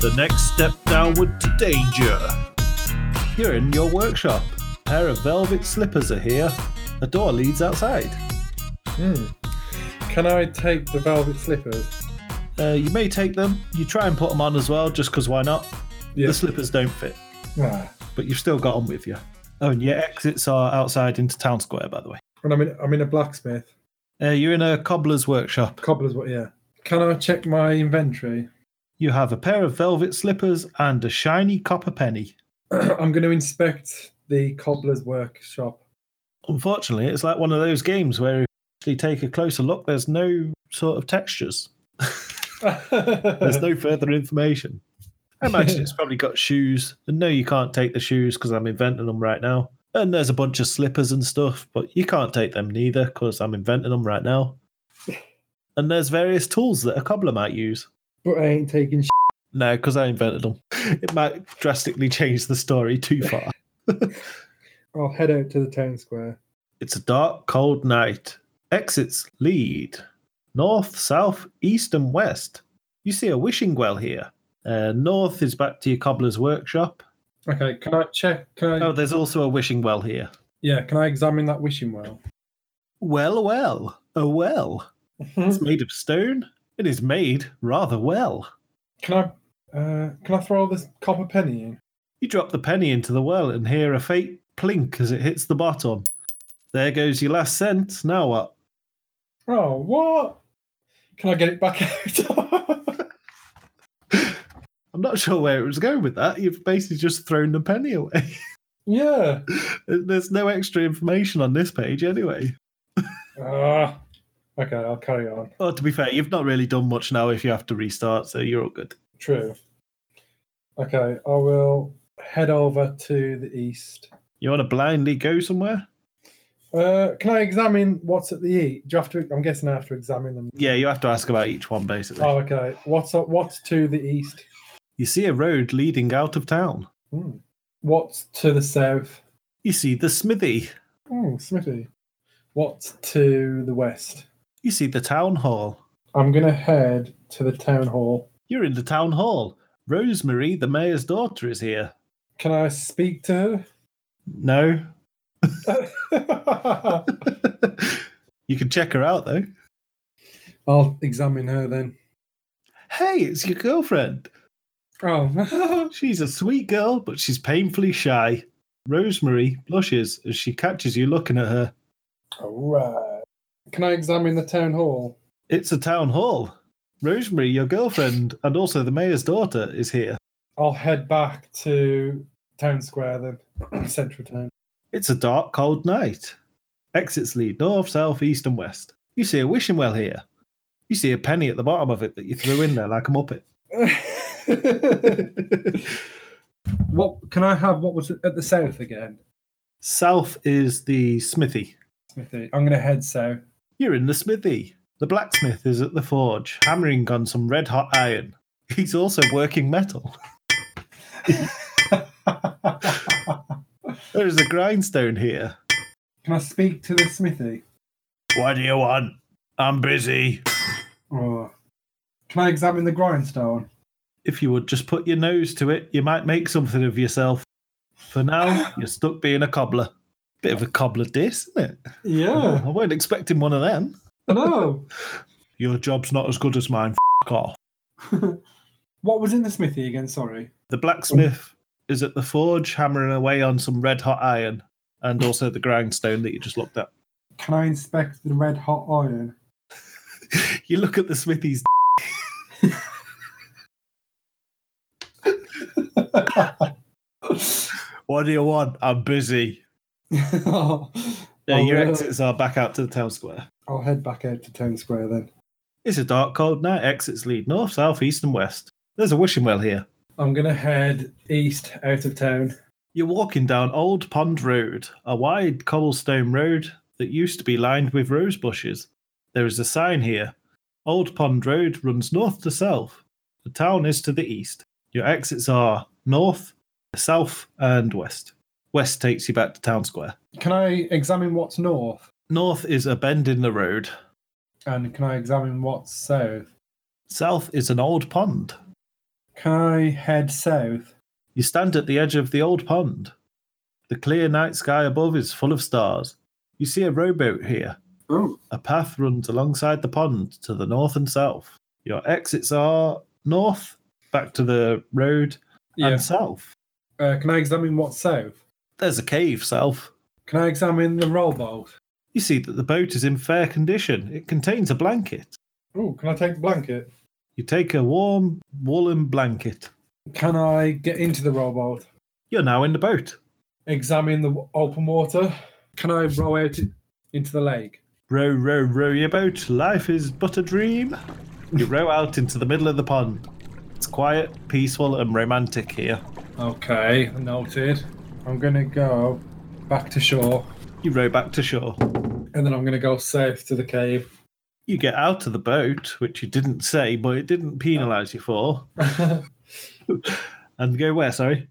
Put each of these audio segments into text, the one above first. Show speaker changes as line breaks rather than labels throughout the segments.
the next step downward to danger.
You're in your workshop. A pair of velvet slippers are here. A door leads outside.
Hmm. Can I take the velvet slippers?
Uh, you may take them. You try and put them on as well, just because why not?
Yeah.
The slippers don't fit,
Ah.
but you've still got them with you. Oh, and your exits are outside into town square, by the way.
And I'm in, I'm in a blacksmith.
Uh, you're in a cobbler's workshop.
Cobbler's what? Yeah. Can I check my inventory?
You have a pair of velvet slippers and a shiny copper penny.
I'm going to inspect the cobbler's workshop.
Unfortunately, it's like one of those games where if you actually take a closer look, there's no sort of textures. There's no further information. I imagine it's probably got shoes. And no, you can't take the shoes because I'm inventing them right now. And there's a bunch of slippers and stuff, but you can't take them neither because I'm inventing them right now. And there's various tools that a cobbler might use.
but I ain't taking. Shit.
No, because I invented them. It might drastically change the story too far.
I'll head out to the town square.
It's a dark, cold night. Exits lead north, south, east, and west. You see a wishing well here. Uh, north is back to your cobbler's workshop.
Okay. Can I check? Can I?
Oh, there's also a wishing well here.
Yeah. Can I examine that wishing well?
Well, well, a well.
Hmm?
It's made of stone. It is made rather well.
Can I? Uh, can I throw this copper penny in?
You drop the penny into the well and hear a faint plink as it hits the bottom. There goes your last cent. Now what?
Oh, what? Can I get it back out?
I'm not sure where it was going with that. You've basically just thrown the penny away.
yeah.
There's no extra information on this page anyway.
Ah. okay. I'll carry on.
Oh, to be fair, you've not really done much now if you have to restart, so you're all good.
True. Okay. I will head over to the east.
You want to blindly go somewhere?
Uh, can I examine what's at the E? Do you have to? I'm guessing I have to examine them.
Yeah, you have to ask about each one basically.
Oh, okay. What's up, what's to the east?
You see a road leading out of town.
Hmm. What's to the south?
You see the smithy.
Oh, Smithy. What's to the west?
You see the town hall.
I'm gonna head to the town hall.
You're in the town hall. Rosemary, the mayor's daughter, is here.
Can I speak to
No.
her?
you can check her out though.
I'll examine her then.
Hey, it's your girlfriend.
Oh,
She's a sweet girl, but she's painfully shy. Rosemary blushes as she catches you looking at her.
all right. Can I examine the town hall?
It's a town hall. Rosemary, your girlfriend, and also the mayor's daughter, is here.
I'll head back to town square then, central town.
It's a dark, cold night. Exits lead north, south, east, and west. You see a wishing well here. You see a penny at the bottom of it that you threw in there like a muppet.
what can I have? What was at the south again,
South is the smithy.
Smithy? I'm gonna head south.
You're in the smithy. The blacksmith is at the forge, hammering on some red hot iron. He's also working metal. There is a grindstone here.
Can I speak to the Smithy?
What do you want? I'm busy.
Oh. Can I examine the grindstone?
If you would just put your nose to it, you might make something of yourself. For now, you're stuck being a cobbler. Bit of a cobbler diss, isn't it? I weren't expecting one of them.
no.
Your job's not as good as mine. F off.
what was in the Smithy again? Sorry.
The blacksmith is at the forge hammering away on some red hot iron and also the grindstone that you just looked at.
Can I inspect the red hot iron?
You look at the smithy's. what do you want? I'm busy. Yeah,
I'll,
your
uh,
exits are back out to the town square.
I'll head back out to town square then.
It's a dark, cold night. Exits lead north, south, east, and west. There's a wishing well here.
I'm gonna head east out of town.
You're walking down Old Pond Road, a wide cobblestone road that used to be lined with rose bushes. There is a sign here. Old Pond Road runs north to south. The town is to the east. Your exits are north, south, and west. West takes you back to town square.
Can I examine what's north?
North is a bend in the road.
And can I examine what's south?
South is an old pond.
Can I head south?
You stand at the edge of the old pond. The clear night sky above is full of stars. You see a rowboat here.
Oh,
A path runs alongside the pond to the north and south. Your exits are north, back to the road,
yeah.
and south.
Uh, can I examine what's south?
There's a cave south.
Can I examine the rowboat?
You see that the boat is in fair condition. It contains a blanket.
Oh, can I take the blanket?
You take a warm woolen blanket.
Can I get into the rowboat?
You're now in the boat.
Examine the w- open water? Can I row out i- into the lake?
Row, row, row your boat. Life is but a dream. You row out into the middle of the pond. It's quiet, peaceful, and romantic here.
Okay, noted. I'm gonna go back to shore
You row back to shore.
and then I'm gonna go south to the cave.
You get out of the boat, which you didn't say, but it didn't penalise you for, and go where, sorry?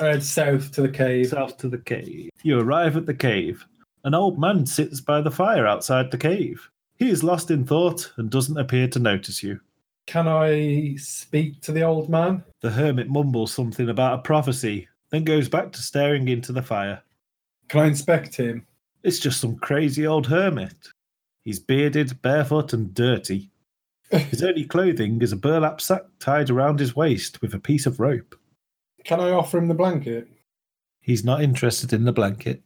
uh, south to the cave.
South to the cave. You arrive at the cave. An old man sits by the fire outside the cave. He is lost in thought and doesn't appear to notice you.
Can I speak to the old man?
The hermit mumbles something about a prophecy, then goes back to staring into the fire.
Can I inspect him?
It's just some crazy old hermit. He's bearded, barefoot, and dirty. His only clothing is a burlap sack tied around his waist with a piece of rope.
Can I offer him the blanket?
He's not interested in the blanket.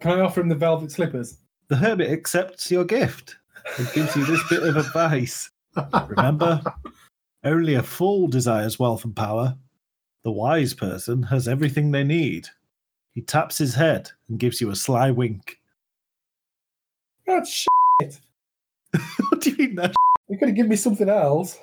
Can I offer him the velvet slippers?
The hermit accepts your gift and gives you this bit of advice. Remember, only a fool desires wealth and power. The wise person has everything they need. He taps his head and gives you a sly wink.
That's sh-
what do you mean that?
you could have given me something else.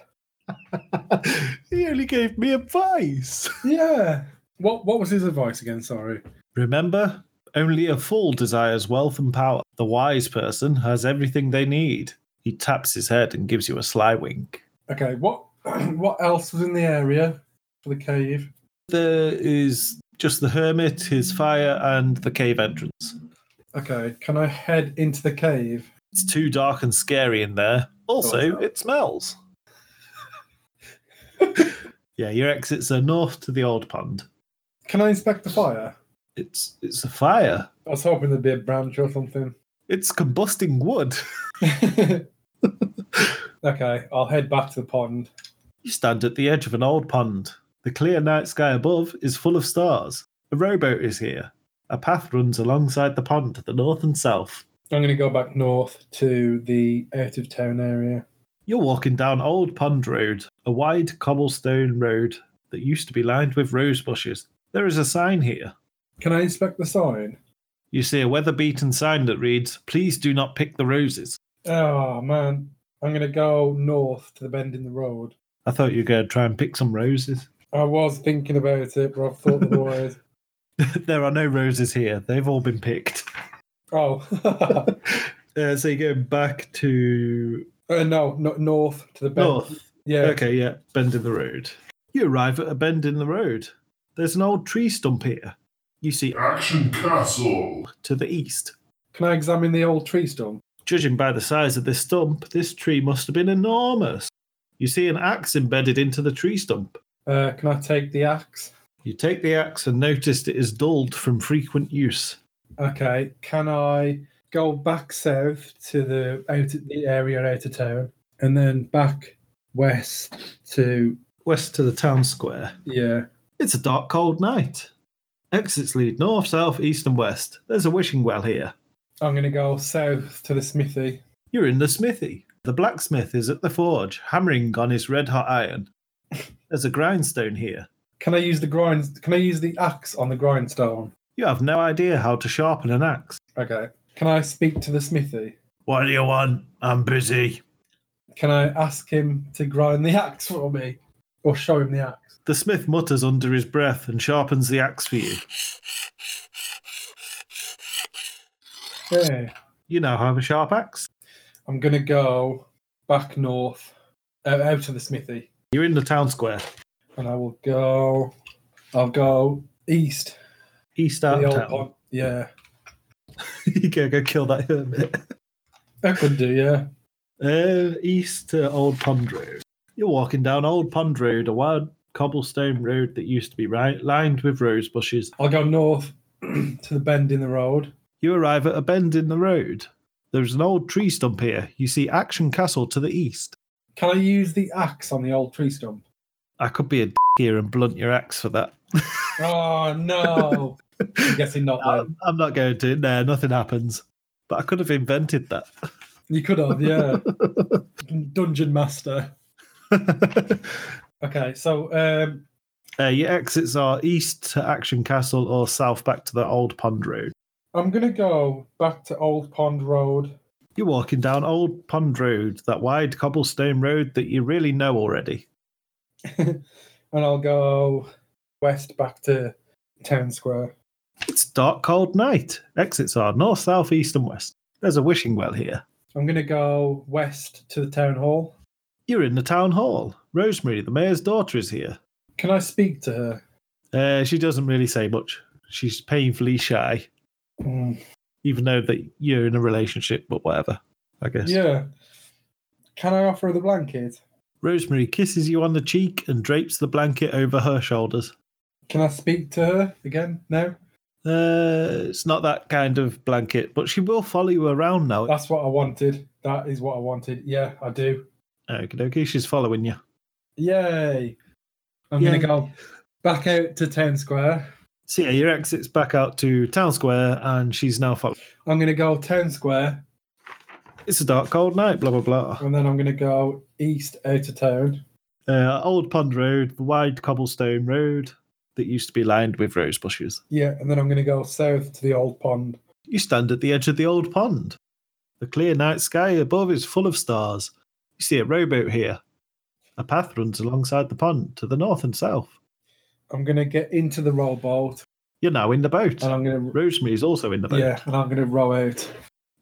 he only gave me advice.
Yeah. What What was his advice again? Sorry.
Remember, only a fool desires wealth and power. The wise person has everything they need. He taps his head and gives you a sly wink.
Okay. What What else was in the area for the cave?
There is just the hermit, his fire, and the cave entrance.
Okay. Can I head into the cave?
It's too dark and scary in there. Also, it smells. yeah, your exits are north to the old pond.
Can I inspect the fire?
It's it's a fire.
I was hoping there'd be a branch or something.
It's combusting wood.
okay. I'll head back to the pond.
You stand at the edge of an old pond. The clear night sky above is full of stars. A rowboat is here. A path runs alongside the pond to the north and south.
I'm going to go back north to the out of town area.
You're walking down Old Pond Road, a wide cobblestone road that used to be lined with rose bushes. There is a sign here.
Can I inspect the sign?
You see a weather beaten sign that reads, Please do not pick the roses.
Oh man, I'm going to go north to the bend in the road.
I thought you were going to try and pick some roses.
I was thinking about it, but I've thought otherwise.
there are no roses here, they've all been picked.
oh.
Uh, so you go back to
Uh, no, no, north to the bend.
north.
Yeah.
Okay, yeah, bend in the road. You arrive at a bend in the road. There's an old tree stump here. You see
Action Castle.
to the east.
Can I examine the old tree stump?
Judging by the size of this stump, this tree must have been enormous. You see an axe embedded into the tree stump.
Uh, can I take the axe?
You take the axe and notice it is dulled from frequent use.
Okay. Can I go back south to the out the area out of town, and then back west to
West to the town square.
yeah?
It's a dark, cold night. Exits lead north, south, east, and west. There's a wishing well here.
I'm gonna go south to the smithy.
You're in the smithy. The blacksmith is at the forge, hammering on his red hot iron. There's a grindstone here.
Can I use the grind? Can I use the axe on the grindstone?
You have no idea how to sharpen an axe.
Okay. Can I speak to the smithy?
What do you want? I'm busy.
Can I ask him to grind the axe for me, or show him the axe?
The smith mutters under his breath and sharpens the axe for you.
Yeah.
You now have a sharp axe.
I'm gonna go back north, uh, out to the smithy,
You're in the town square,
and I will go. I'll go east.
east
to
out
the
of
old
town.
pond. Yeah,
you go go kill that hermit.
I could do. Yeah,
Uh, east to Old Pond Road. You're walking down Old Pond Road, a wide, cobblestone road that used to be ri- lined with rose bushes.
I'll go north to the bend in the road.
You arrive at a bend in the road. There's an old tree stump here. You see Action Castle to the east.
Can I use the axe on the old tree stump?
I could be a d- here and blunt your axe for that.
Oh no! I'm guessing not. Though.
I'm, Um, I'm not going to. No, nothing happens. But I could have invented that.
You could have, yeah. Dungeon master. Okay, so um,
uh, your exits are east to Action Castle or south back to the old pond road.
I'm gonna go back to Old Pond Road.
You're walking down Old Pond Road, that wide cobblestone road that you really know already.
and I'll go west back to Town Square.
It's dark, cold night. Exits are north, south, east, and west. There's a wishing well here.
I'm going to go west to the town hall.
You're in the town hall. Rosemary, the mayor's daughter, is here.
Can I speak to her?
Uh, she doesn't really say much. She's painfully shy,
Mm,
even though that you're in a relationship, but whatever, I guess.
Yeah. Can I offer her the blanket?
Rosemary kisses you on the cheek and drapes the blanket over her shoulders.
Can I speak to her again? No?
Uh, it's not that kind of blanket, but she will follow you around now.
That's what I wanted. That is what I wanted. Yeah, I do.
Okay, okay, she's following you.
Yay. I'm
Yay.
going to go back out to Town Square.
So yeah, your exit's back out to Town Square, and she's now following.
I'm going to go Town Square
It's a dark, cold night. Blah blah blah.
and then I'm going to go east out of town.
Uh, Old Pond Road, the wide cobblestone road that used to be lined with rose bushes.
Yeah, and then I'm going to go south to the Old Pond.
You stand at the edge of the old pond. The clear night sky above is full of stars. You see a rowboat here. A path runs alongside the pond to the north and south.
I'm going to get into the rowboat
You're now in the boat.
and I'm going
Rosemary's also in the
to
boat.
yeah, and I'm going to row out.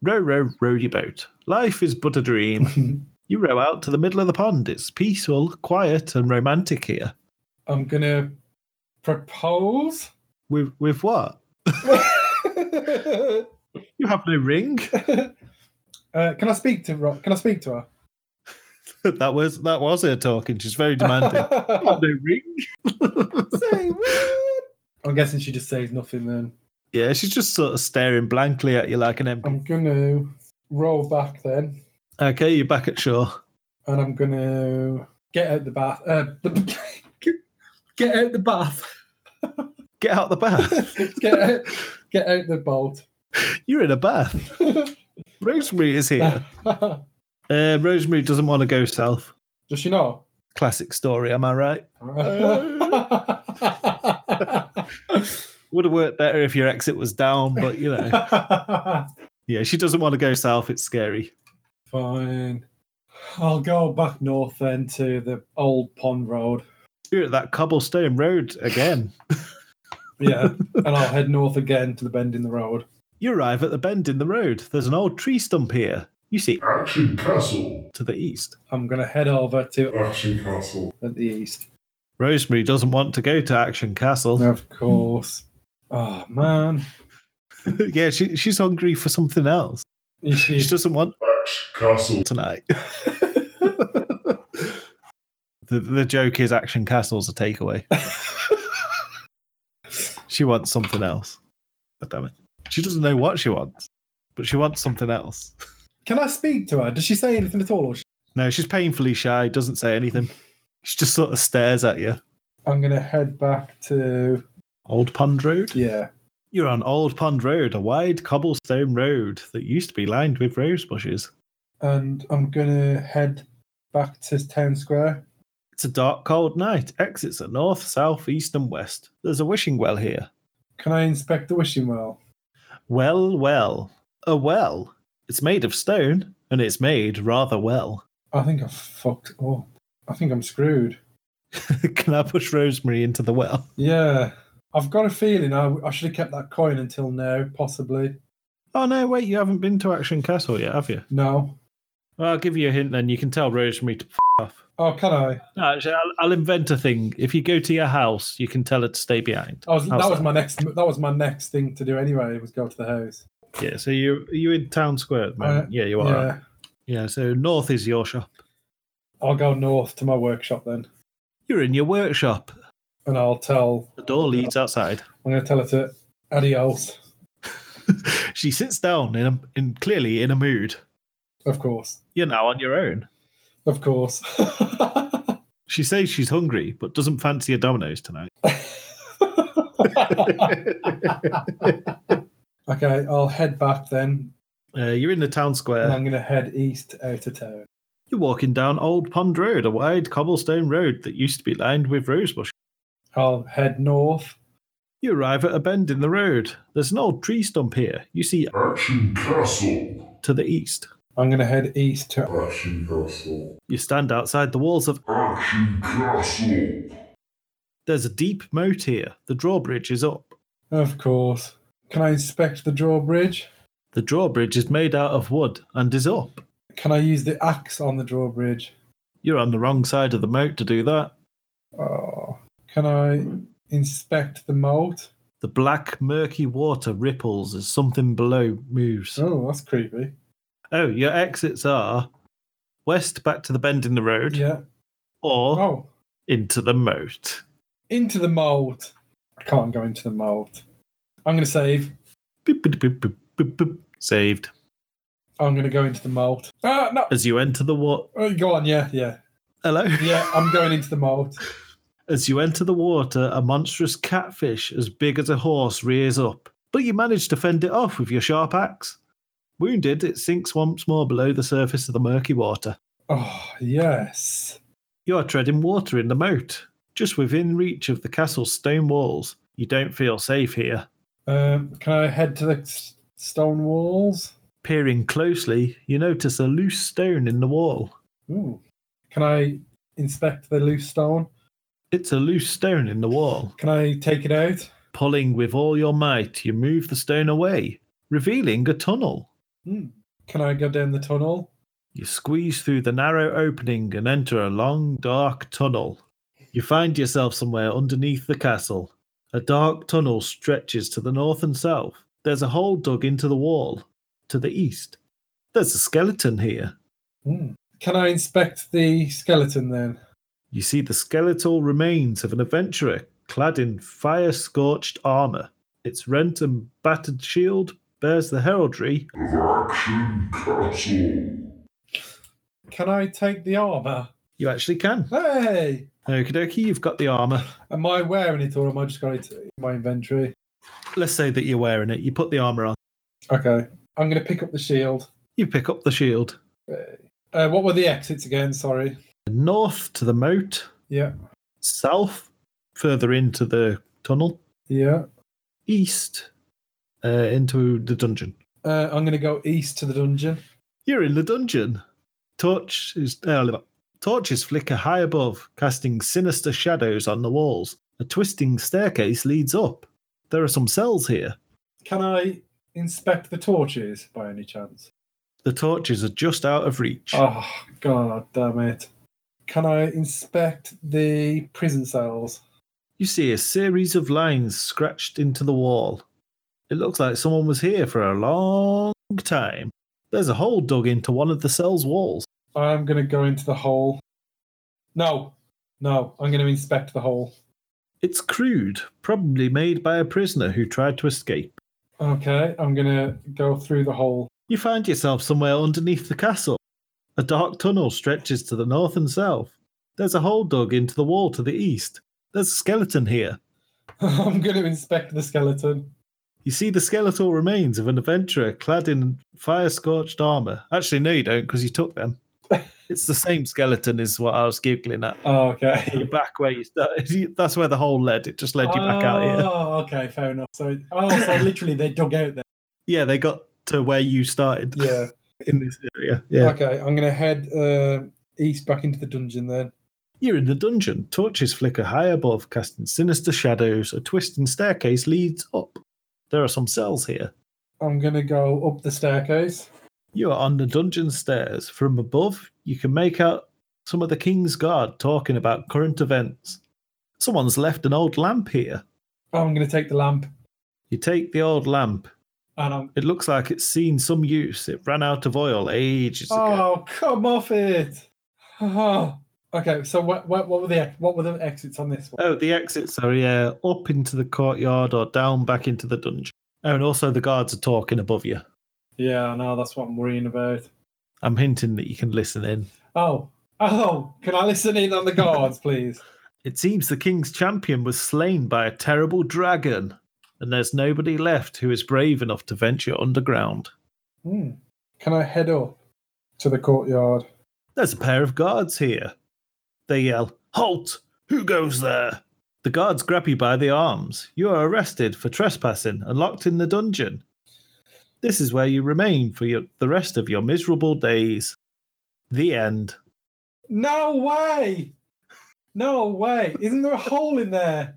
Row, row, row your boat. Life is but a dream. You row out to the middle of the pond. It's peaceful, quiet, and romantic here.
I'm going to propose.
With with what?
uh,
You have no ring.
can I speak to Ro- Can I speak to her?
that was that was her talking. She's very demanding. You have no ring.
Say what? I'm guessing she just says nothing then.
yeah, she's just sort of staring blankly at you like an empty.
I'm going to row back then,
Okay, you're back at shore.
and I'm going to get out the bath. Uh, the, get out the bath.
Get out the bath.
get out, get out the boat.
You're in a bath. Rosemary is here. Uh, Rosemary doesn't want to go south.
Does she know?
Classic story, am I right? Would have worked better if your exit was down, but you know. yeah, she doesn't want to go south. It's scary.
Fine. I'll go back north then to the old pond road.
You're at that cobblestone road again.
Yeah. and I'll head north again to the bend in the road.
You arrive at the bend in the road. There's an old tree stump here. You see
Action Castle.
to the east.
I'm going to head over to
Action Castle.
at the east.
Rosemary doesn't want to go to Action Castle.
Of course. Oh, man.
yeah, she, she's hungry for something else.
Is she-
She doesn't want
Action Castle.
tonight. the, the joke is Action Castle's a takeaway. she wants something else. God damn it. She doesn't know what she wants, but she wants something else.
Can I speak to her? Does she say anything at all? Or she-
No, she's painfully shy, doesn't say anything. She just sort of stares at you.
I'm going to head back to.
Old Pond Road?
Yeah.
You're on Old Pond Road, a wide cobblestone road that used to be lined with rose bushes.
And I'm going to head back to town square.
It's a dark, cold night. Exits are north, south, east, and west. There's a wishing well here.
Can I inspect the wishing well?
Well, well, a well. It's made of stone, and it's made rather well.
I think I'm fucked. Oh, I think I'm screwed.
Can I push Rosemary into the well?
Yeah. I've got a feeling I, I should have kept that coin until now, possibly.
Oh no, wait, you haven't been to Action Castle yet, have you?
No.
Well, I'll give you a hint then. You can tell Rosemary to f off.
Oh, can I?
No, actually, I'll, I'll invent a thing. If you go to your house, you can tell her to stay behind.
I was,
How's
Oh, that was my next. That was my next thing to do anyway. Was go to the house.
Yeah, so you are you in town square at the moment?
Uh,
yeah, you are.
yeah.
Yeah. so north is your shop.
I'll go north to my workshop then.
You're in your workshop.
and I'll tell.
The door leads outside.
I'm going to tell her to adios,
she sits down in, a, in clearly in a mood.
of course,
You're now on your own.
of course.
She says she's hungry, but doesn't fancy a Domino's tonight. Uh,
okay, I'll head back then,
Uh, you're in the town
and
square.
I'm going to head east out of town.
You're walking down Old Pond Road, a wide cobblestone road that used to be lined with rosebush.
I'll head north.
You arrive at a bend in the road. There's an old tree stump here. You see
Action Castle.
to the east.
I'm going to head east to
Action Castle.
You stand outside the walls of.
Action Castle.
There's a deep moat here. The drawbridge is up.
Of course. Can I inspect the drawbridge?
The drawbridge is made out of wood and is up.
Can I use the axe on the drawbridge?
You're on the wrong side of the moat to do that.
Oh, can I inspect the moat?
The black, murky water ripples as something below moves.
Oh, that's creepy.
Oh, your exits are west back to the bend in the road
Yeah.
or
Oh,
into the moat.
into the moat. I can't go into the moat. I'm going to save.
Boop, boop, boop, boop, boop, boop. Saved.
I'm going to go into the moat. Ah, no.
As you enter the water.
Oh, go on. Yeah, yeah.
Hello?
Yeah, uh, I'm going into the moat.
As you enter the water, a monstrous catfish as big as a horse rears up, but you manage to fend it off with your sharp axe. Wounded, it sinks once more below the surface of the murky water.
Oh, yes.
You are treading water in the moat, just within reach of the castle's stone walls. You don't feel safe here.
Um, can I head to the s- stone walls?
Peering closely, you notice a loose stone in the wall.
Ooh. Can I inspect the loose stone?
It's a loose stone in the wall.
Can I take it out?
Pulling with all your might, you move the stone away, revealing a tunnel.
Hmm. Can I go down the tunnel?
You squeeze through the narrow opening and enter a long, dark tunnel. You find yourself somewhere underneath the castle. A dark tunnel stretches to the north and south. There's a hole dug into the wall to the east. There's a skeleton here.
Hmm. Can I inspect the skeleton then?
You see the skeletal remains of an adventurer clad in fire scorched armor. Its rent and battered shield bears the heraldry.
Of Action Castle.
Can I take the armor?
You actually can.
Hey!
Okie dokie, you've got the armor.
Am I wearing it or am I just got it in my inventory?
Let's say that you're wearing it. You put the armor on.
Okay. I'm going to pick up the shield.
You pick up the shield.
Uh, what were the exits again? Sorry.
North to the moat,
Yeah.
south further into the tunnel,
Yeah.
east uh, into the dungeon.
Uh, I'm going to go east to the dungeon.
You're in the dungeon. Torch is uh, torches flicker high above, casting sinister shadows on the walls. A twisting staircase leads up. There are some cells here.
Can I inspect the torches by any chance?
The torches are just out of reach.
Oh, God damn it. Can I inspect the prison cells?
You see a series of lines scratched into the wall. It looks like someone was here for a long time. There's a hole dug into one of the cell's walls.
I'm going to go into the hole. No. No. I'm going to inspect the hole.
It's crude, probably made by a prisoner who tried to escape.
Okay, I'm gonna go through the hole.
You find yourself somewhere underneath the castle. A dark tunnel stretches to the north and south. There's a hole dug into the wall to the east. There's a skeleton here.
I'm gonna inspect the skeleton.
You see the skeletal remains of an adventurer clad in fire scorched armor. Actually, no, you don't, because you took them. it's the same skeleton, is what I was giggling at.
Oh,
You're
okay.
back where you Ah. started. That's where the hole led. It just led you back out here.
Oh, okay, fair enough. So, oh, so literally they dug out there.
Yeah, they got to where you started
Yeah.
in this area. Yeah.
Okay, I'm gonna head uh, east back into the dungeon then.
You're in the dungeon. Torches flicker high above, casting sinister shadows. A twisting staircase leads up. There are some cells here.
I'm gonna go up the staircase.
You are on the dungeon stairs. From above, you can make out some of the king's guard talking about current events. Someone's left an old lamp here.
I'm gonna take the lamp,
You take the old lamp.
and I'm.
It looks like it's seen some use. It ran out of oil ages ago.
Oh, come off it! Oh, Okay, so what, what, what were the ex- what were the exits on this one?
Oh, the exits are yeah, up into the courtyard or down back into the dungeon. Oh, and also the guards are talking above you.
Yeah, I know that's what I'm worrying about.
I'm hinting that you can listen in.
Oh, oh, can I listen in on the guards, please?
It seems the king's champion was slain by a terrible dragon, and there's nobody left who is brave enough to venture underground.
Hmm. Can I head up to the courtyard?
There's a pair of guards here. They yell, Halt! Who goes there? The guards grab you by the arms. You are arrested for trespassing and locked in the dungeon. This is where you remain for your, the rest of your miserable days. The end.
No way! No way! Isn't there a hole in there?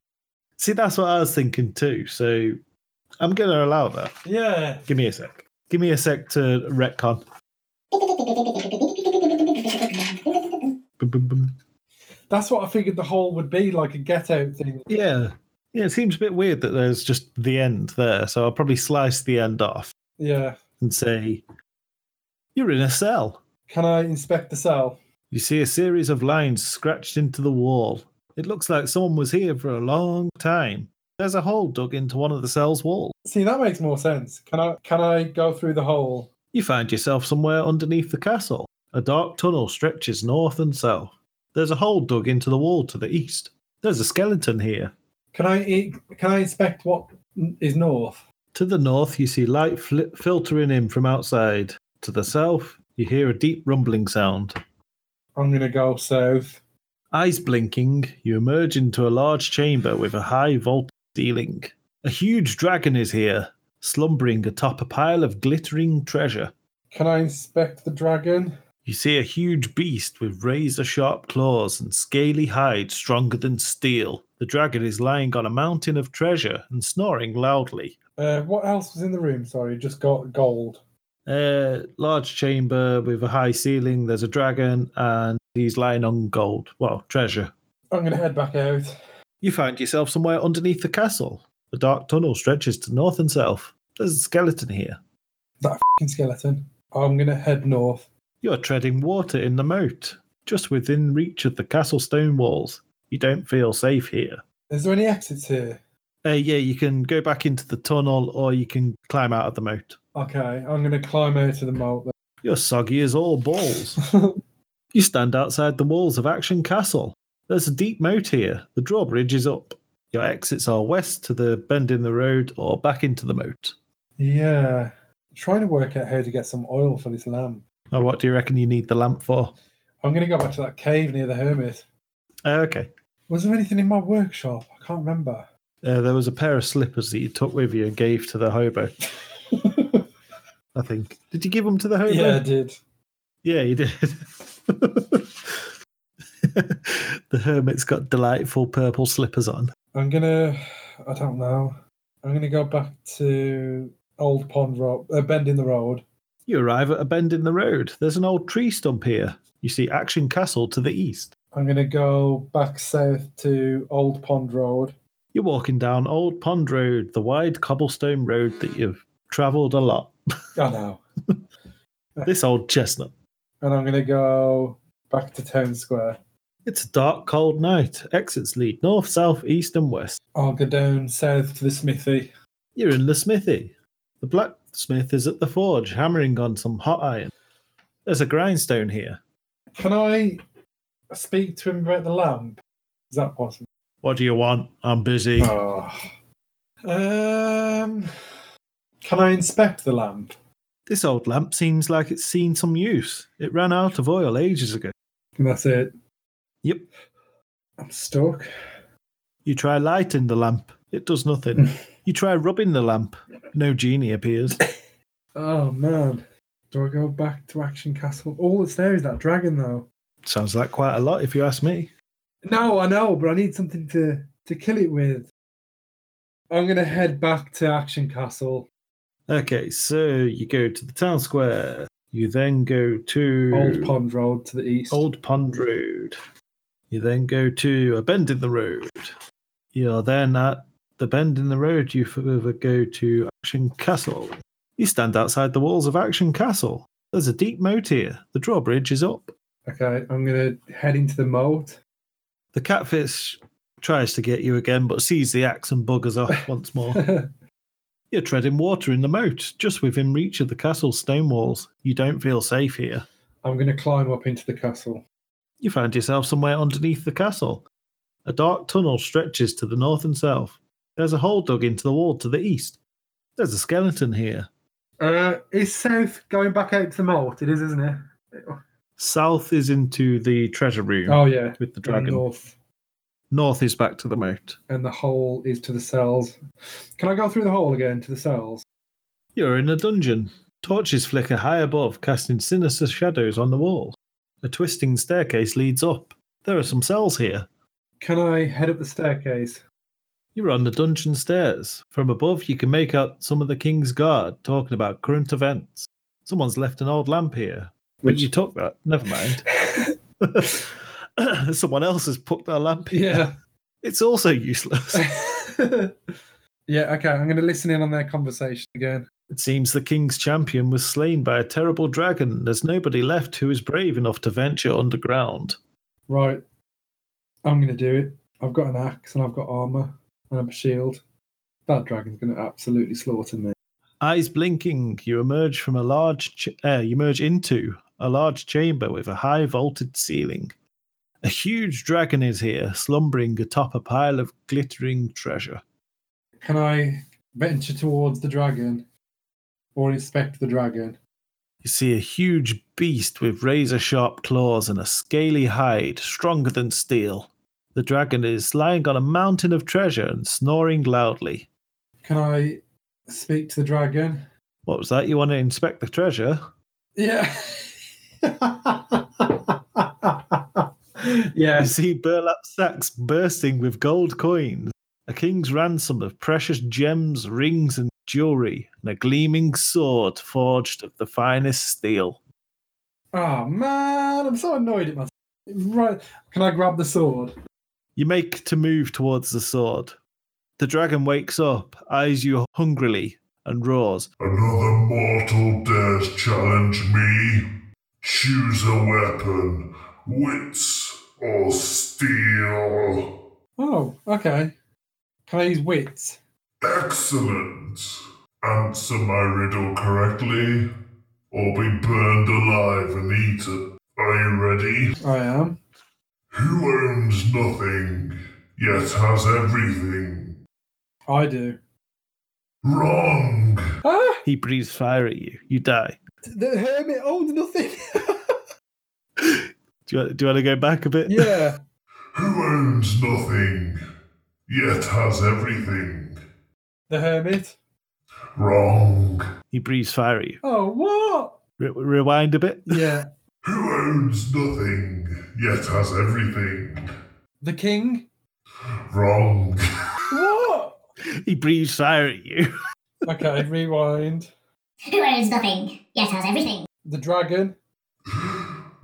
See, that's what I was thinking too, so I'm going to allow that.
Yeah.
Give me a sec. Give me a sec to retcon. Boom, boom, boom.
That's what I figured the hole would be, like a get out thing.
Yeah. Yeah, it seems a bit weird that there's just the end there. So I'll probably slice the end off
Yeah.
and say, You're in a cell.
Can I inspect the cell?
You see a series of lines scratched into the wall. It looks like someone was here for a long time. There's a hole dug into one of the cell's walls.
See, that makes more sense. Can I can I go through the hole?
You find yourself somewhere underneath the castle. A dark tunnel stretches north and south. There's a hole dug into the wall to the east. There's a skeleton here.
Can I i- can I inspect what is north?
To the north, you see light fli filtering in from outside. To the south, you hear a deep rumbling sound.
I'm gonna go south.
Eyes blinking, you emerge into a large chamber with a high vault ceiling. A huge dragon is here, slumbering atop a pile of glittering treasure.
Can I inspect the dragon?
You see a huge beast with razor sharp claws and scaly hide stronger than steel. The dragon is lying on a mountain of treasure and snoring loudly.
Uh, what else was in the room? Sorry, just got gold.
Uh, large chamber with a high ceiling. There's a dragon, and he's lying on gold. Well, treasure.
I'm gonna head back out.
You find yourself somewhere underneath the castle. A dark tunnel stretches to north and south. There's a skeleton here.
That fing skeleton. I'm gonna head north.
You're treading water in the moat, just within reach of the castle stone walls. You don't feel safe here.
Is there any exits here?
Uh, yeah, you can go back into the tunnel, or you can climb out of the moat.
Okay, I'm gonna climb out of the moat.
You're soggy as all balls.
then.
You stand outside the walls of Action Castle. There's a deep moat here. The drawbridge is up. Your exits are west to the bend in the road or back into the moat.
yeah, trying to work out how to get some oil for this lamp.
Now, what do you reckon you need the lamp for?
I'm gonna go back to that cave near the hermit.
Uh, okay.
Was there anything in my workshop? I can't remember.
Uh, there was a pair of slippers that you took with you and gave to the hobo, I think. Did you give them to the hobo?
yeah, I did.
Yeah, you did. the hermit's got delightful purple slippers on.
I'm gonna. I don't know. I'm gonna go back to Old Pond Road, uh, Bend in the Road.
You arrive at a bend in the road. There's an old tree stump here. You see Action Castle to the east.
I'm gonna go back south to Old Pond Road.
You're walking down Old Pond Road, the wide cobblestone road that you've travelled a lot.
I know.
This old chestnut.
And I'm gonna go back to Town Square.
It's a dark, cold night. Exits lead north, south, east, and west.
I'll Oh, go down south to the smithy.
You're in the smithy. The blacksmith is at the forge, hammering on some hot iron. There's a grindstone here.
Can I speak to him about the lamp? Is that possible?
What do you want? I'm busy.
Oh. Um. Can I inspect the lamp?
This old lamp seems like it's seen some use. It ran out of oil ages ago.
That's it.
Yep.
I'm stuck.
You try lighting the lamp, it does nothing. you try rubbing the lamp, no genie appears.
Oh man. Do I go back to Action Castle? All that's there is that dragon though.
Sounds like quite a lot if you ask me.
No, I know, but I need something to, to kill it with. I'm gonna head back to Action Castle.
Okay, so you go to the town square. You then go to
Old Pond Road to the east.
Old Pond Road. You then go to a bend in the road. You're then at the bend in the road. You further go to Action Castle. You stand outside the walls of Action Castle. There's a deep moat here. The drawbridge is up.
Okay, I'm going to head into the mold.
The catfish tries to get you again, but sees the axe and buggers off once more. You're treading water in the moat, just within reach of the castle's stone walls. You don't feel safe here.
I'm going to climb up into the castle.
You find yourself somewhere underneath the castle. A dark tunnel stretches to the north and south. There's a hole dug into the wall to the east. There's a skeleton here.
Uh, is south going back out to the mold? It is, isn't it?
South is into the treasure room
Oh yeah,
with the
Going
dragon. North.
north,
is back to the moat.
and the hole is to the cells. Can I go through the hole again to the cells?
You're in a dungeon. Torches flicker high above, casting sinister shadows on the wall. A twisting staircase leads up. There are some cells here.
Can I head up the staircase?
You're on the dungeon stairs. From above, you can make out some of the king's guard talking about current events. Someone's left an old lamp here. But
Which-
you took that. Never mind. Someone else has put their lamp here.
Yeah.
It's also useless.
yeah. Okay, I'm going to listen in on their conversation again.
It seems the king's champion was slain by a terrible dragon. There's nobody left who is brave enough to venture underground.
Right. I'm going to do it. I've got an axe and I've got armor and I'm a shield. That dragon's going to absolutely slaughter me.
Eyes blinking, you emerge from a large ch- uh, you merge into a large chamber with a high vaulted ceiling. A huge dragon is here, slumbering atop a pile of glittering treasure.
Can I venture towards the dragon or inspect the dragon?
You see a huge beast with razor sharp claws and a scaly hide, stronger than steel. The dragon is lying on a mountain of treasure and snoring loudly.
Can I speak to the dragon?
What was that? You want to inspect the treasure?
Yeah.
You
yes.
see burlap sacks bursting with gold coins, a king's ransom of precious gems, rings, and jewelry, and a gleaming sword forged of the finest steel.
Oh man, I'm so annoyed at myself. Right. Can I grab the sword?
You make to move towards the sword. The dragon wakes up, eyes you hungrily, and roars.
Another mortal dares challenge me. Choose a weapon, wits or steel.
Oh, okay. Can I use wits?
Excellent. Answer my riddle correctly, or be burned alive and eaten. Are you ready?
I am.
Who owns nothing, yet has everything?
I do.
Wrong!
Ah!
He breathes fire at you. You die.
The hermit owns nothing.
Do you, do you want to go back a bit?
yeah.
Who owns nothing, yet has everything?
The hermit.
Wrong!
He breathes fire at you.
Oh, what?
Re- rewind a bit.
Yeah.
Who owns nothing, yet has everything?
The king.
Wrong!
What?
He breathes fire at you.
Okay, rewind.
Who owns nothing, yet has everything.
The dragon.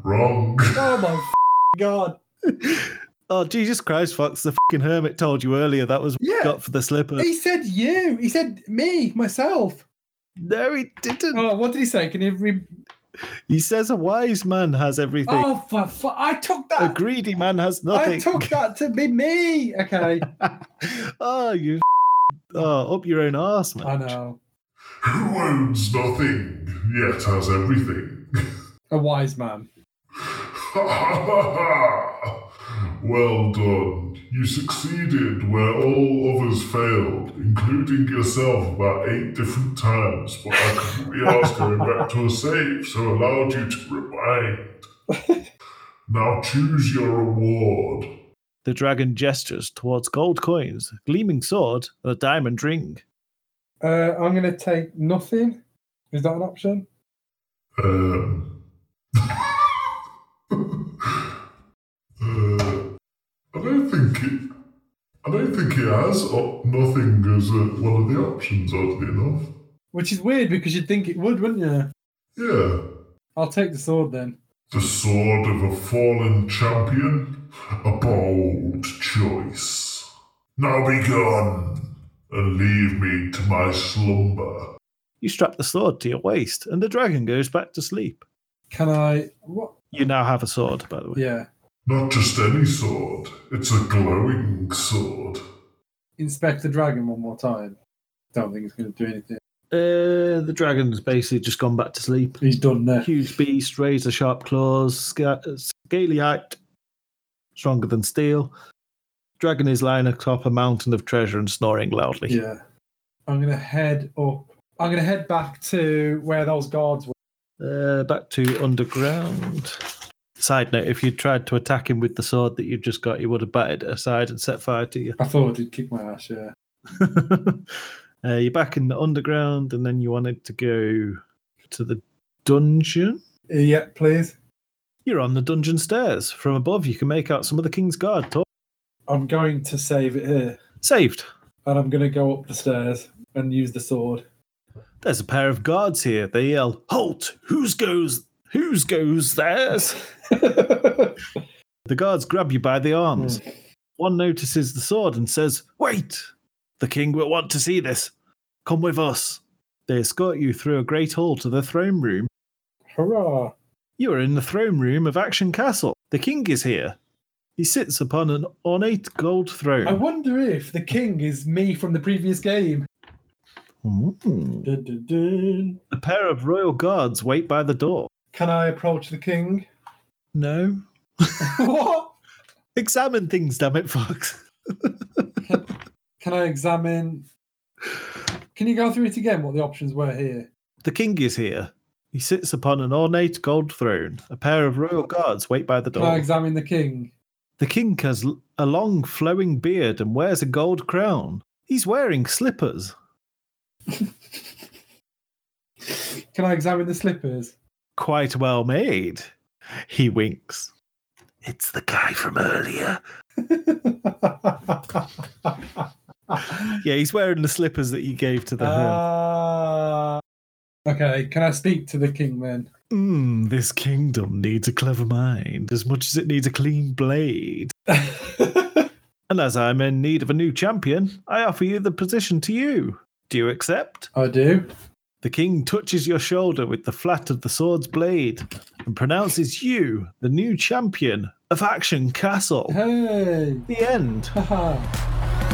Wrong!
Oh my f- god.
Oh Jesus Christ, Fox! The fucking hermit told you earlier that was what
Yeah.
you got for the slipper.
He said you. He said me, myself.
No, he didn't.
Oh, what did he say? Can you re?
He says a wise man has everything.
Oh, for fu- I took
A
that.
greedy man has
I
nothing.
took that to be me. Okay.
oh, you. Oh, up your own arse, man.
I know.
Who owns nothing, yet has everything?
A wise man.
Ha ha ha ha! Well done. You succeeded where all others failed, including yourself about eight different times, but I couldn't be asked going back to a save, so allowed you to rewind. now choose your reward.
The dragon gestures towards gold coins, a gleaming sword, and a diamond ring.
Uh, I'm gonna take nothing. Is that an option?
Um. uh, I don't think it. I don't think it has or nothing as uh, one of the options. Oddly enough,
Which is weird because you'd think it would, wouldn't you?
yeah,
I'll take the sword then.
the sword of a fallen champion, a bold choice. Now be gone and leave me to my slumber.
You strap the sword to your waist, and the dragon goes back to sleep.
Can I? What?
You now have a sword, by the way.
Yeah.
Not just any sword, it's a glowing sword.
Inspect the dragon one more time. Don't think it's going to do anything.
Uh, the dragon's basically just gone back to sleep.
He's done there.
Huge beast, razor sharp claws, sca- scaly height, stronger than steel. Dragon is lying atop a mountain of treasure and snoring loudly.
Yeah. I'm going to head up. I'm going to head back to where those guards were.
Uh, back to underground. Side note: If you tried to attack him with the sword that you've just got, he would have batted it aside and set fire to you.
I thought I did kick my ass, yeah.
uh, you're back in the underground, and then you wanted to go to the dungeon.
Uh, Yeah, please.
You're on the dungeon stairs. From above, you can make out some of the king's guard. Talk.
I'm going to save it here.
Saved.
And I'm going to go up the stairs and use the sword.
There's a pair of guards here. They yell, "Halt! Who's goes? Who's goes theirs?" The guards grab you by the arms. One notices the sword and says, Wait! The king will want to see this. Come with us. They escort you through a great hall to the throne room.
Hurrah.
You are in the throne room of Action Castle. The king is here. He sits upon an ornate gold
I
throne.
wonder if the king is me from the previous game.
Mm.
Dun, dun, dun.
A pair of royal guards wait by the door.
Can I approach the king?
No.
what?
Examine things, damn it, Fox.
Can I examine? Can you go through it again? What the options were here?
The king is here. He sits upon an ornate gold throne. A pair of royal guards wait by the
Can
door.
I examine the king?
The king has l- a long flowing beard and wears a gold crown. He's wearing slippers.
Can I examine the slippers?
Quite well made. He winks. It's the guy from earlier. Yeah, he's wearing the slippers that you gave to the
Uh.
herd.
Ah. okay. Can I speak to the king then?
Mm, this kingdom needs a clever mind as much as it needs a clean blade. And as I'm in need of a new champion, I offer you the position to you. Do you accept?
I do.
The king touches your shoulder with the flat of the sword's blade and pronounces you the new champion of Action Castle.
Hey.
The end.
Haha.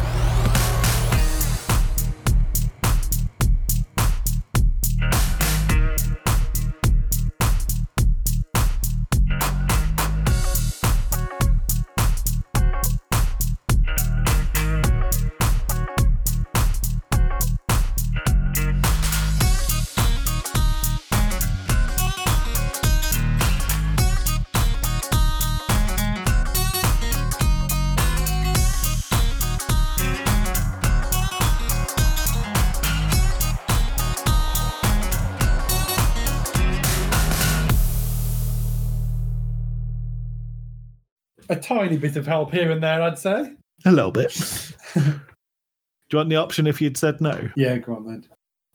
a tiny bit of help here and there, I'd say.
A little bit. Do you want the option if you'd said no?
Yeah, go on then.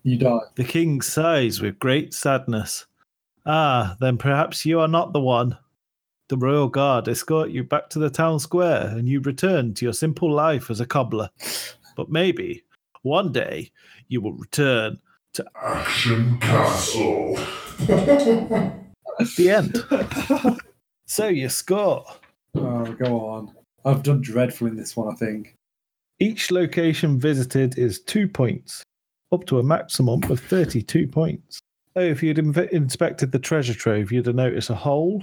You die.
The king sighs with great sadness. Ah, then perhaps you are not the one. The royal guard escort you back to the town square and you return to your simple life as a cobbler. But maybe one day you will return.
Action Castle.
The end. so you score.
Oh, go on. I've done dreadful in this one, I think.
Each location visited is two points, up to a maximum of 32 points. So if you'd inve inspected the treasure trove, you'd have noticed a hole.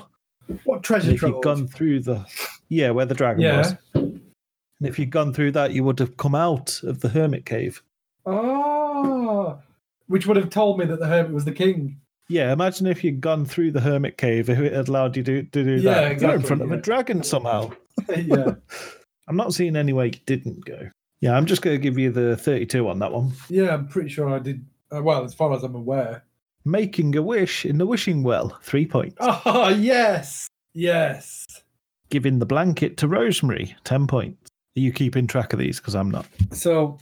What
And
treasure
if you'd gone through the, yeah, where the dragon
Yeah.
was. And if you'd gone through that, you would have come out of the hermit cave.
Oh, which would have told me that the hermit was the king.
Yeah, imagine if you'd gone through the hermit cave, if it had allowed you to, to do
Yeah,
that. You're in
exactly,
front of a
yeah.
dragon somehow.
yeah,
I'm not seeing anywhere you didn't go. Yeah, I'm just going to give you the 32 on that one.
yeah, I'm pretty sure I did. Uh, well, as far as I'm aware.
Making a wish in the wishing well, three points.
Oh, yes, yes.
giving the blanket to Rosemary, 10 points. Are you keeping track of these? Because I'm not.
So,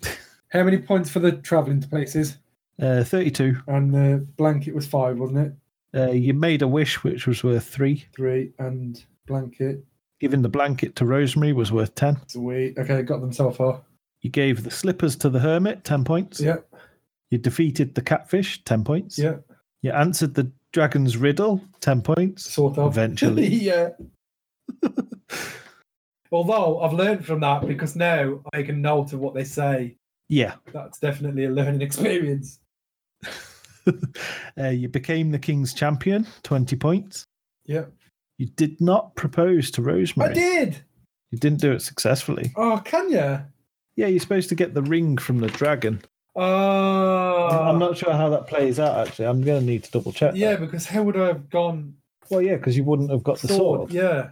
how many points for the traveling to places?
Uh, 32.
And the blanket was five, wasn't it?
Uh, you made a wish, which was worth three.
Three and blanket.
Giving the blanket to Rosemary was worth 10.
Sweet. Okay, got them so far.
You gave the slippers to the hermit, 10 points.
Yeah,
You defeated the catfish, 10 points.
yeah.
You answered the Dragon's Riddle, 10 points.
sort of.
Eventually.
yeah. Although I've learned from that because now I make a note of what they say.
Yeah.
That's definitely a learning experience.
uh, you became the king's champion, 20 points.
Yeah.
You did not propose to Rosemary.
I did.
You didn't do it successfully.
Oh, can you?
Yeah, you're supposed to get the ring from the dragon.
Oh,
I'm not sure how that plays out, actually. I'm going to need to double check.
Yeah,
that.
because how would I have gone
Well, yeah, because you wouldn't have got the sword.
sword? Yeah,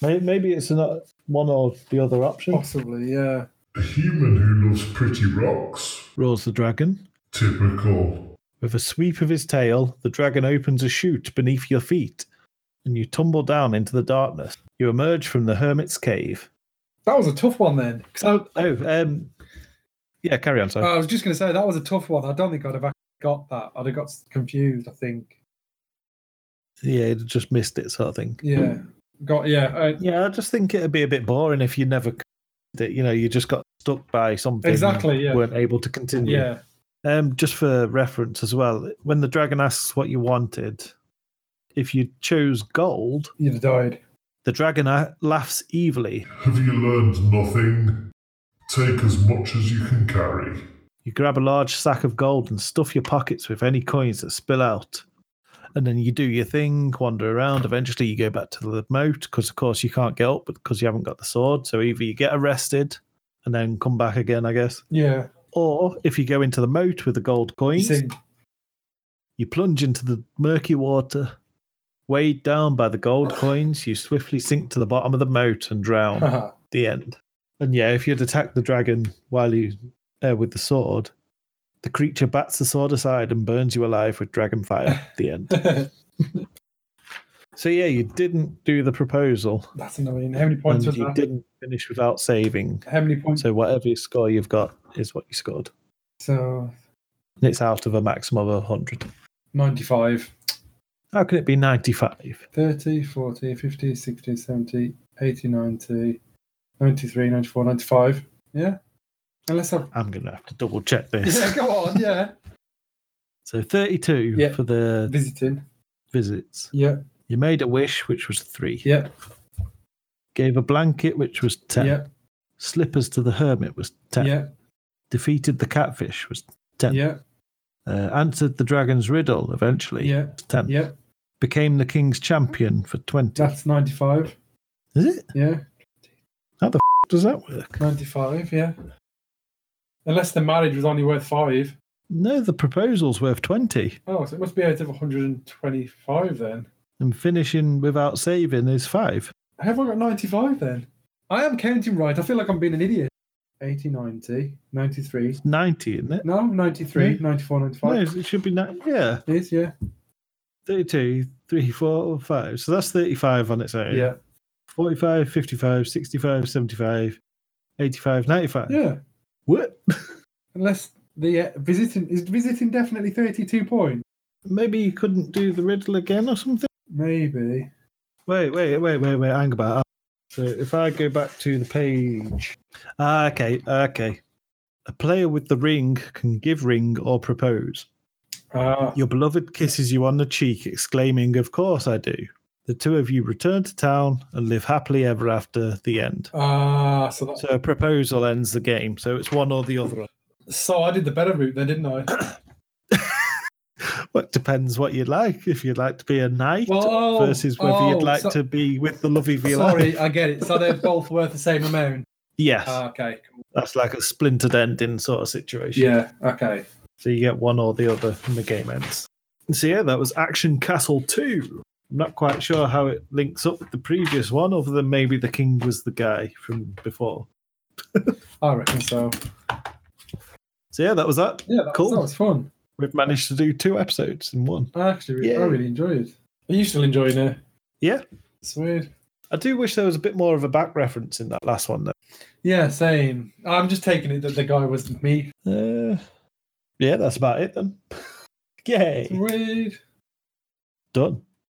May Maybe it's not one or the other option.
Oh. possibly. Yeah.
A human who loves pretty rocks.
Roars the dragon.
Typical.
With a sweep of his tail, the dragon opens a chute beneath your feet, and you tumble down into the darkness. You emerge from the hermit's cave.
That was a tough one then. 'cause I,
Oh, um, yeah, carry on, sorry.
I was just going to say that was a tough one. I don't think I'd have actually got that. I'd have got confused. I think.
yeah, it just missed it, sort of thing.
Yeah. Got yeah. I,
Yeah, I just think it'd be a bit boring if you never, that you know, you just got stuck by something. and
Exactly, yeah.
Weren't able to continue.
yeah.
Um, just for reference as well, when the dragon asks what you wanted, if you chose gold,
You'd have died.
the dragon a- laughs evilly.
Have you learned nothing? Take as much as you can carry.
You grab a large sack of gold and stuff your pockets with any coins that spill out. And then you do your thing, wander around. Eventually, you go back to the moat because, of course, you can't get up because you haven't got the sword. So either you get arrested and then come back again, I guess.
Yeah.
Or if you go into the moat with the gold
You
coins,
see,
you plunge into the murky water. Weighed down by the gold coins, you swiftly sink to the bottom of the moat and drown.
haha.
the end. And yeah, if you'd attacked the dragon while you uh, with the sword, the creature bats the sword aside and burns you alive with dragon fire. the end. So yeah, you didn't do the proposal,
That's annoying. How many
and
points was
you
that?
didn't finish without saving.
How many points?
So whatever your score you've got is what you scored,
So
and it's out of a maximum of hundred.
95,
How can it be ninety-five?
30, 40, 50, 60, 70, 80, 90, 93, 94, 95. Yeah. Unless I've.
I'm gonna have to double check
Yeah,
this.
go on. Yeah.
so thirty-two
Yeah.
for the
Visiting.
visits.
Yeah.
You made a wish, which was three.
Yeah.
Gave a blanket, which was ten.
Yeah.
Slippers to the Hermit was 10.
Yeah.
Defeated the Catfish was 10.
Yeah.
Uh, answered the Dragon's Riddle eventually.
Yeah.
10.
Yeah.
Became the King's Champion for 20.
That's 95.
Is it?
Yeah.
Does that work?
95. Yeah. Unless the marriage was only worth five.
No, the proposal's worth 20.
Oh, so it must be out of 125 then.
And finishing without saving is 5.
Have I got 95 then? I am counting right. I feel like I'm being an idiot. 80, 90, 93.
90, isn't it?
No, 93,
Hmm?
94,
No,
95.
it should be 9. Yeah.
It is, yeah.
32, 3, 4, 5. So that's 35 on its own.
Yeah.
45, 55, 65, 75, 85, 95.
Yeah.
What?
Unless the uh, visiting is visiting definitely 32 points.
Maybe you couldn't do the riddle again or something?
Maybe.
Wait, wait, wait, wait, wait. Hang about. So if I go back to the page. Ah, okay, okay. A player with the ring can give ring or propose.
Ah,
Your beloved kisses you on the cheek, exclaiming, Of course I do. The two of you return to town and live happily ever after the end.
ah, so that's
So a proposal ends the game. So it's one or the other.
so I did the better route then, didn't I?
Well, it depends what you'd like. If you'd like to be a knight
Well, oh,
versus whether
oh,
you'd like
so-
to be with the love of your life.
Sorry, I get it. So they're both worth the same amount.
Yes,
Ah, okay. cool.
that's like a splintered ending sort of situation.
Yeah. Okay.
So you get one or the other, and the game ends. So yeah, that was Action Castle Two. I'm not quite sure how it links up with the previous one, other than maybe the king was the guy from before.
I reckon so.
So yeah, that was that.
Yeah. That,
Cool.
That was fun.
We've managed to do two episodes in one.
I actually, re- I
Yeah.
really enjoyed it. Are you still enjoying it?
Yeah.
It's weird.
I do wish there was a bit more of a back reference in that last one,
Yeah, same. I'm just taking it that the guy was me.
though. Uh, yeah, that's about it then. Yay,
Weird.
done.